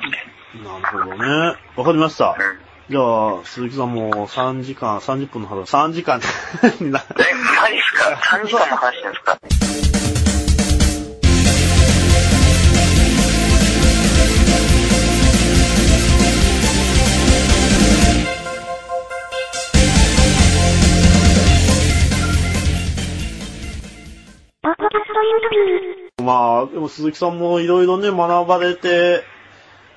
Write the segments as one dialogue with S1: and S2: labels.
S1: なるほどね。わかりました。
S2: うん。
S1: じゃあ、鈴木さんも3時間、30分の話、3時間 にな、
S2: え、マジっすか ?3 時間も話してるんですか
S3: ポッドキャストインタビュー。
S1: まあ、でも鈴木さんもいろいろね、学ばれて、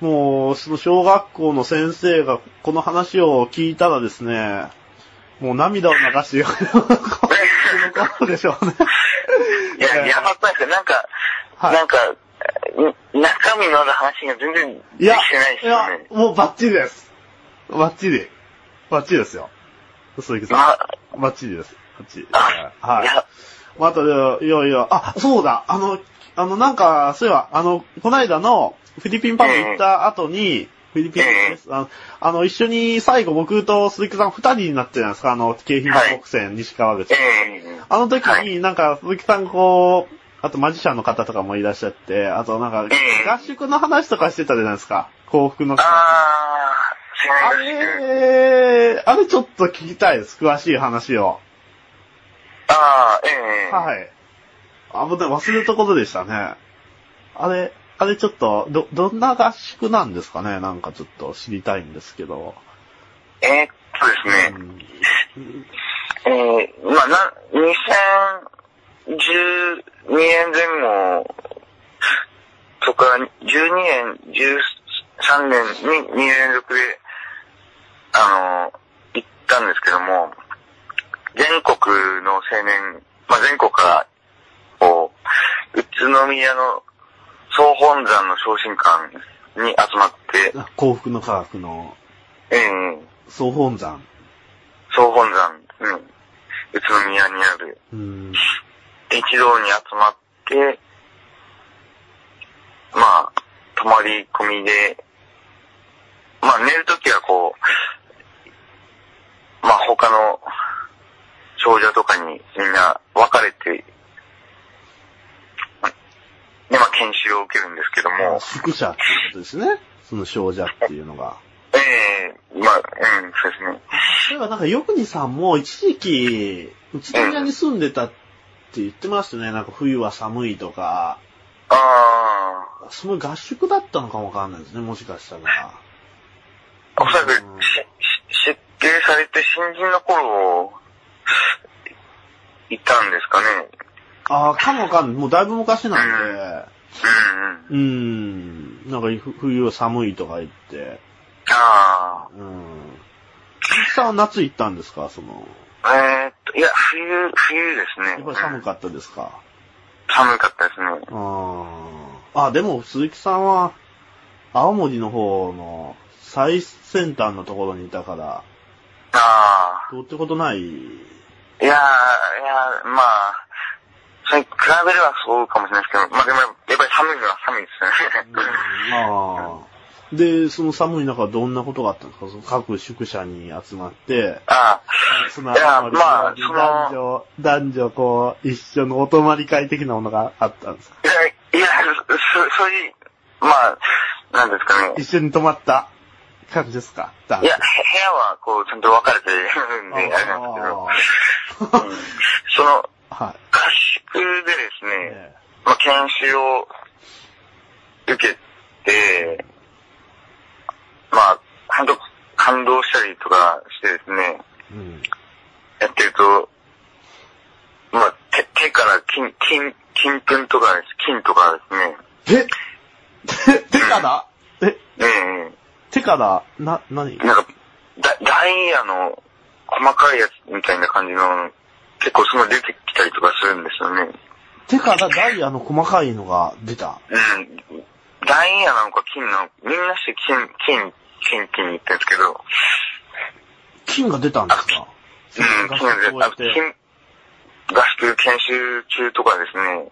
S1: もう、その小学校の先生がこの話を聞いたらですね、もう涙を流して喜 ぶでしょうね。
S2: いや、やばくないですかなんか、
S1: はい
S2: なんか、ん中身のある話が全然
S1: い
S2: できて
S1: や
S2: ないで、す
S1: い
S2: よ
S1: や
S2: ね、。
S1: もうバッチリです。バッチリ。バッチリですよ。鈴木
S2: ま
S1: さ
S2: あ、
S1: ん。バッチリです。バッチリ。
S2: あ
S1: はい
S2: い。や、
S1: また、いやいや、あ、そうだ、あの、あの、なんか、そういえば、あの、こないだの、フィリピンパブ行った後に、フィリピンです。あの、あの一緒に最後僕と鈴木さん二人になってるじゃないですか、あの、京浜北線、西川口
S2: え。え
S1: あの時
S2: は
S1: になんか鈴木さんこう、あとマジシャンの方とかもいらっしゃって、あとなんか
S2: ええ
S1: 合宿の話とかしてたじゃないですか、幸福の。
S2: あー、知
S1: あ
S2: らないです。
S1: れ、あれちょっと聞きたいです、詳しい話を。
S2: あー、ええ
S1: はい。あ、もうでも忘れたことでしたね。あれ、あれちょっと、ど、どんな合宿なんですかねなんかちょっと知りたいんですけど。
S2: えーっとです
S1: う
S2: ね、
S1: ん
S2: ええまあな、2012年前後とか、12年、13年に2年連続で、あの、行ったんですけども、全国の青年、まあ、全国から、こう、宇都宮の総本山の昇進館に集まって、
S1: あ幸福の科学の
S2: ええ
S1: 総本山。
S2: 総本山、うん、宇都宮にある、
S1: うん。
S2: 一堂に集まって、まあ、泊まり込みで、まあ寝るときはこう、まあ他の少女とかにみんな分かれて、でまあ研修を受けるんですけども、
S1: 宿舎っていうことですね。その少女っていうのが。
S2: ええまあ、うん、そうですね。
S1: 例えばなんか、よくにさんも一時期、宇都宮に住んでたって言ってましたね。なんか冬は寒いとか、
S2: あ
S1: すごい合宿だったのかもわかんないですね、もしかしたら。
S2: あ、おそらくし
S1: うん
S2: し設計されて新人の頃、いたんですかね。
S1: ああ、かもわかんない。もうだいぶ昔なん
S2: うんうん。
S1: で、うん、なんかふ冬は寒いとか言って、
S2: あ
S1: うん。鈴木さんは夏行ったんですかその、
S2: あ、えー、っと、いや、冬、冬ですね。
S1: やっぱり寒かったですか
S2: 寒かったですね。
S1: あーあ、でも鈴木さんは、青森の方の最先端のところにいたから、
S2: あ
S1: どうってことない。
S2: あ、いやー、いやー、まあ、それに比べればそうかもしれないですけど、まあでもやっぱり寒いのは寒いですね。
S1: ああ。で、その寒い中どんなことがあったんですかその各宿舎に集まって、
S2: あ
S1: その
S2: いや
S1: 集り
S2: まあ
S1: 男女、男女こう、一緒のお泊まり会的なものがあったんですか
S2: あ、いや、いや、そ、そそういう、まあ、なんですかね。
S1: 一緒に泊まった感じですか男女
S2: いや、へ部屋はこう、ちゃんと分かれてるんで、あれなんですけど、
S1: あー
S2: うんその、合
S1: は
S2: 宿でです
S1: い。
S2: ね、
S1: え
S2: まあ、研修を受けて、まあ、本当感動したりとかしてですね、
S1: えうん
S2: やってると、まあ、手手から金、金、金粉とかです、金とかですね、
S1: え手、手からえ、
S2: え
S1: 手から、な、何
S2: えなんか、ダダイヤの細かいやつみたいな感じの、結構その出てきたりとかするんですよね。
S1: 手からダイヤの細かいのが出た。
S2: うん。ダイヤなのか金なのか、みんなして金、金、金、金言ってるんですけど、
S1: 金が出たんですか
S2: うん、
S1: 合
S2: 金
S1: 宿終わ
S2: あ
S1: っ
S2: の
S1: て
S2: 金合宿研修中とかですね、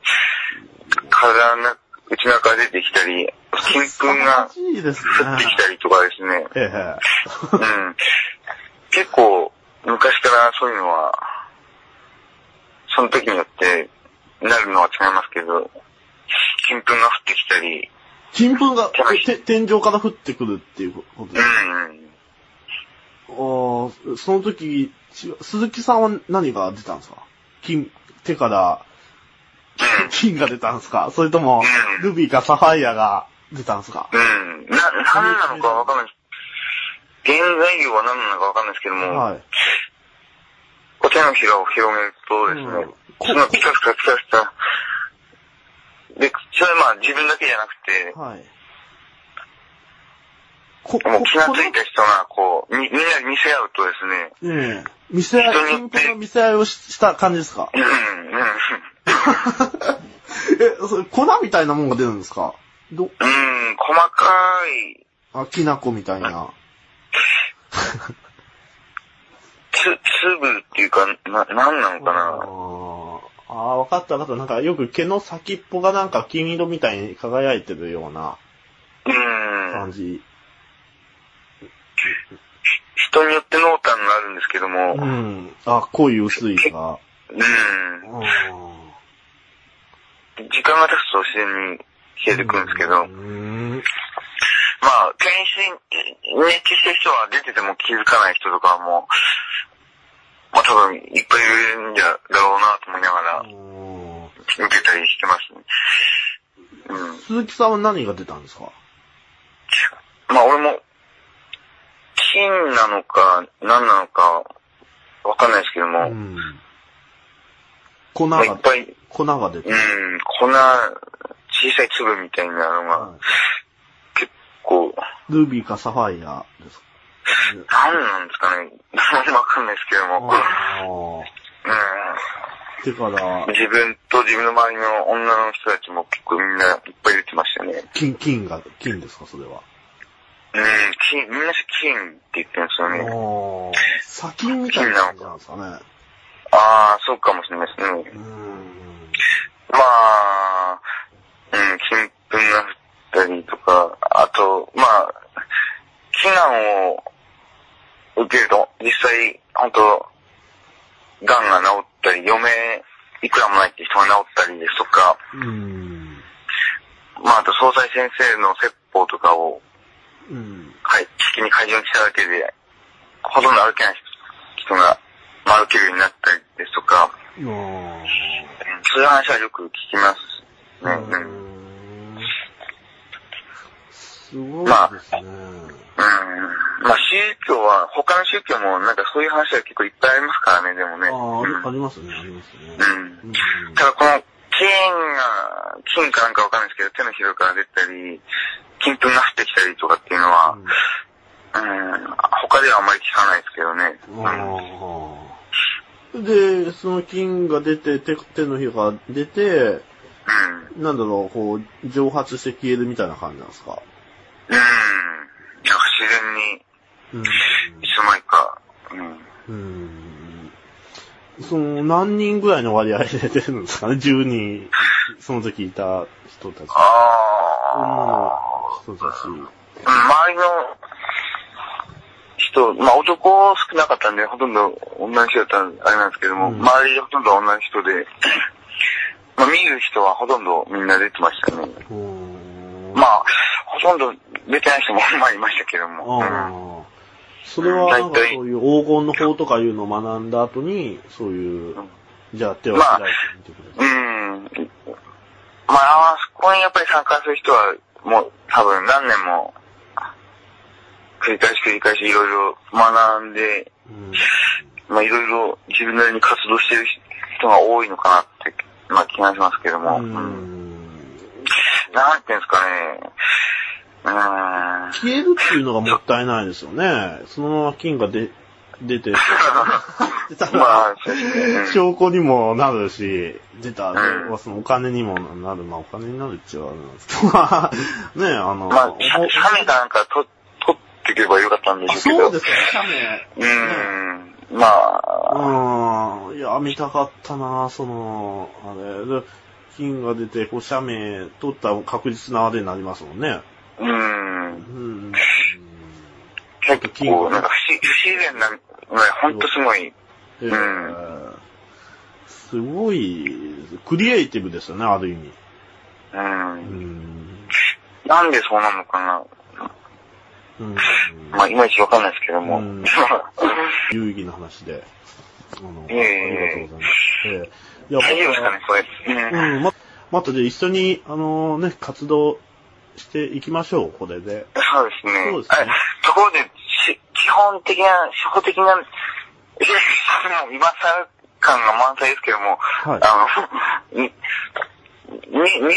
S2: 体の内中が出てきたり、金粉が
S1: 素晴らしいです
S2: 降ってきたりとかですね、
S1: ね。ええ。
S2: うん。結構、昔からそういうのは、その時によってなるのは違いますけど、金粉が降ってきたり、
S1: 金粉が
S2: はい
S1: て天井から降ってくるっていうことで
S2: う。ん。
S1: あーその時、ち鈴木さんは何が出たんですか金、手から、 金が出たんですかそれとも、ルビーかサファイアが出たんですか
S2: うん。な、何なのかわかんない。原材料は何なのかわかんないですけども、
S1: はい。
S2: こう手のひらを広げるとですね、
S1: うん
S2: そのピカピカピカした、で、それはまあ自分だけじゃなくて、
S1: はい。こ、こ、
S2: もう気が
S1: こ
S2: ついた人がこう、みみんなで見せ合うとですね、
S1: の、ええ見せ合い、金粉の見せ合いをしした感じですか
S2: うん、うん。
S1: え、それ粉みたいなもんが出るんですかど、
S2: うん、細かい、
S1: あ、きな粉みたいな。
S2: つ、粒っていうか、な、なんなのか
S1: あ
S2: な。
S1: ーあー、わかったわかった。なんかよく毛の先っぽがなんか金色みたいに輝いてるような
S2: うん。
S1: 感じ。
S2: 人によって濃淡があるんですけども、う。
S1: うんん。あ、濃い薄いが。うん
S2: 時間が経つと自然に消えてくるんですけど、
S1: うーん。
S2: まあ、検診、熱中してる人は出てても気づかない人とかはもう、まあ多分いっぱいいるんじゃだろうなと思いながら
S1: うん
S2: 受けたりしてますね。うん。
S1: 鈴木さんは何が出たんですか
S2: まあ俺も、金なのか、何なのか、わかんないですけども、
S1: うん。粉
S2: まあ、いっ
S1: が、
S2: ぱい、うん、
S1: 粉が出た。
S2: こんな小さい粒みたいなのが
S1: は、
S2: 結構、
S1: いルビーかサファイアですか
S2: 何なんですかね、わかんないですけども、
S1: あーてから
S2: うん、、自分と自分の周りの女の人たちも結構みんないっぱい出てましたね。うん、
S1: 金、金が、金ですか、それは。
S2: 金、みんな金って言ってますよ
S1: あ
S2: ね。
S1: ー砂金みたいな感じなんですかね。
S2: ああ、そうかもしれないですね。
S1: うーん。
S2: まあ、うん、金粉が降ったりとか、あと、まあ、避難を受けると、実際、本当癌が治ったり、余命いくらもないって人が治ったりですとか、
S1: うーん。
S2: まあ、あと、総裁先生の説法とかを、
S1: うん。
S2: はい、危機に会場にしただけで、ほとんど歩けない人が、まあ、歩けるようになったりですとか、
S1: あ
S2: うんそういう話はよく聞きます
S1: ーう
S2: ね。うん。うん。
S1: ーんすごいですね。
S2: まあ、宗教は、他の宗教も、なんかそういう話は結構いっぱいありますからね、でもね。
S1: ああ、あ
S2: う
S1: りますね、ありますね。
S2: ん。うん
S1: うん。
S2: ただこの、金が、金かなんかわかんないですけど、手のひらから出たり、金粉が降ってきたりとかっていうのは、うん、他ではあんまり聞かないですけどね。
S1: うんあーで、その金が出て、手手のひらが出て、
S2: うん。うん。
S1: なんだろう、こう、蒸発して消えるみたいな感じなんですか。
S2: うん。なんか自然に、
S1: うん。
S2: いつの間にか、うん。
S1: うん。その、何人ぐらいの割合で出るんですかね ?10 人、その時いた人たち。女
S2: ああ、
S1: の人たち。
S2: うん、周りの人、まあ男少なかったんで、ほとんど女の人だったんで、あれなんですけども、
S1: うん
S2: 周りほとんど女の人で、 まあ見る人はほとんどみんな出てましたね。
S1: うーん。
S2: まあ、ほとんど出てない人もまあいましたけども。うん
S1: ああ。それは、なんかそういう黄金の法とかいうのを学んだ後に、そういう、じゃあ手を開いてみてください。
S2: うん。まあ、あそこにやっぱり参加する人は、もう多分何年も、繰り返し繰り返しいろいろ学んで、
S1: うん。
S2: まあいろいろ自分なりに活動してる人が多いのかなって、まあ気がしますけども。
S1: う
S2: うん
S1: ん
S2: なんていうんですかね。うーん。
S1: 消えるっていうのがもったいないですよね。そのまま金が出、出 て、出た
S2: ま
S1: ら
S2: あ、そうですねうん
S1: 証拠にもなるし、出た
S2: う
S1: ら、
S2: ん
S1: そのお金にもなる。まあお金になるっちゃあれなんですけど、まあ、 ねえ、あの、
S2: まあ
S1: お、
S2: 写写メかなんかと撮っていけばよかったんで
S1: あ
S2: しょう
S1: そ
S2: けど。
S1: うですかね、写メ。
S2: うーん。まあ、
S1: うん。いや、見たかったな、その、あれ。で金が出て、こう、写メ取ったら確実なあれになりますもんね。
S2: うーん
S1: う。ん。
S2: 結構、なんか不思不自然な、ほんとすごい。
S1: えーすごい、クリエイティブですよね、ある意味。う
S2: う。
S1: んん。
S2: なんでそうなのかな。
S1: うん。
S2: まあ、いまいちわかんないですけども。
S1: う ん有意義な話で。あの、あ
S2: いえいえいえ
S1: りがとうございます。ええいや
S2: 大丈夫ですかね、これ。うん。
S1: うん、ま、またで一緒に、あのね、活動していきましょう、これで。
S2: そうですね。
S1: そうですね
S2: あところで、し基本的な、初歩的な、いやもう今更感が満載ですけども、
S1: はい
S2: あの、に、に、に